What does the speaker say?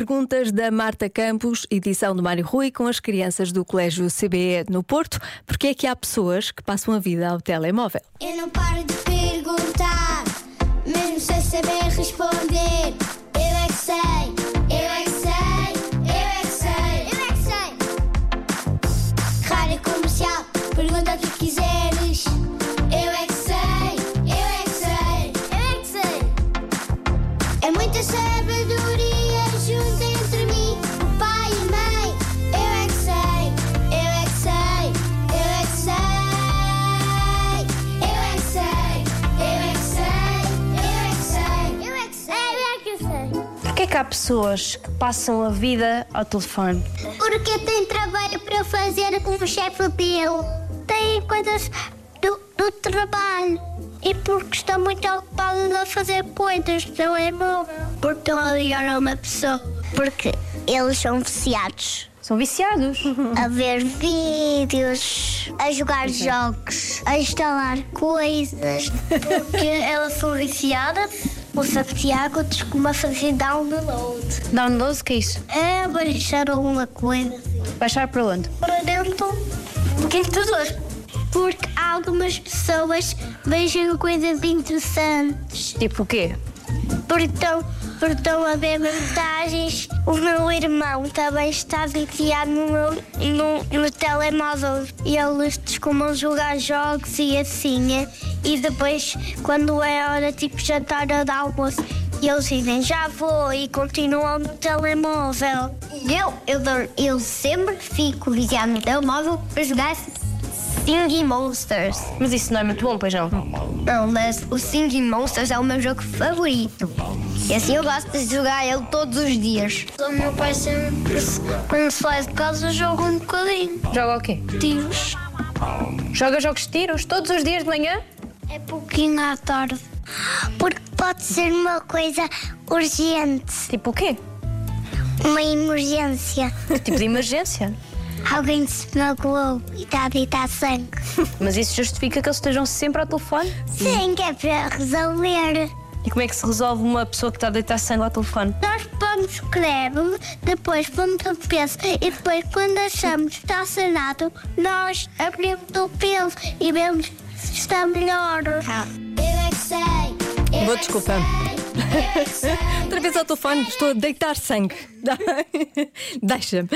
Perguntas da Marta Campos, edição do Mário Rui, com as crianças do Colégio CBE no Porto. Porquê é que há pessoas que passam a vida ao telemóvel? Eu não paro de perguntar, mesmo sem saber responder. Eu é que sei, eu é que sei, eu é que sei, eu é que sei. Rádio comercial, pergunta o que quiseres. Eu é que sei, eu é que sei, eu é que sei. É muita sabedoria junto entre mim, o pai e a mãe. Eu é que sei, eu é que sei, eu é que sei. Eu é que sei, eu é que sei, eu é que sei, eu é que sei, eu é que sei. Porquê que há pessoas que passam a vida ao telefone? Porque tem trabalho para fazer com o chefe dele. Tem coisas do, do trabalho. E porque estão muito ocupados a fazer coisas, não é bom? Porque estão a ligar a uma pessoa. Porque eles são viciados São viciados. a ver vídeos, a jogar jogos, a instalar coisas. Porque elas são viciadas. O Santiago costuma fazer download. Downloads, o que é isso? É baixar alguma coisa Baixar para onde? para dentro do computador. Porque algumas pessoas vejam coisas interessantes. Tipo o quê? Portão, portão a ver mensagens. O meu irmão também está viciado no, meu- no, no telemóvel. E eles costumam jogar jogos e assim. é. E depois, quando é hora tipo jantar ou de almoço, e eles dizem já vou e continuam no telemóvel. Eu, eu, dou- eu sempre fico viciado no telemóvel para jogar Singing Monsters. Mas isso não é muito bom, pois não? Não, mas o Singing Monsters é o meu jogo favorito. E assim eu gosto de jogar ele todos os dias. O meu pai sempre, quando sai de casa, joga um bocadinho. Joga o quê? Tiros. Joga jogos de tiros todos os dias de manhã? É pouquinho à tarde. Porque pode ser uma coisa urgente, Tipo o quê? uma emergência. Que tipo de emergência? Alguém se magoou e está a deitar sangue. Mas isso justifica que eles estejam sempre ao telefone? Sim, que é para resolver. E como é que se resolve uma pessoa que está a deitar sangue ao telefone? Nós pomos creme, depois pomos o peso e depois quando achamos que está sanado, nós abrimos o peso e vemos se está melhor. Eu é que sei. eu Boa é que desculpa. sei, eu é que sei. Outra vez ao telefone, estou a deitar sangue. Deixa-me.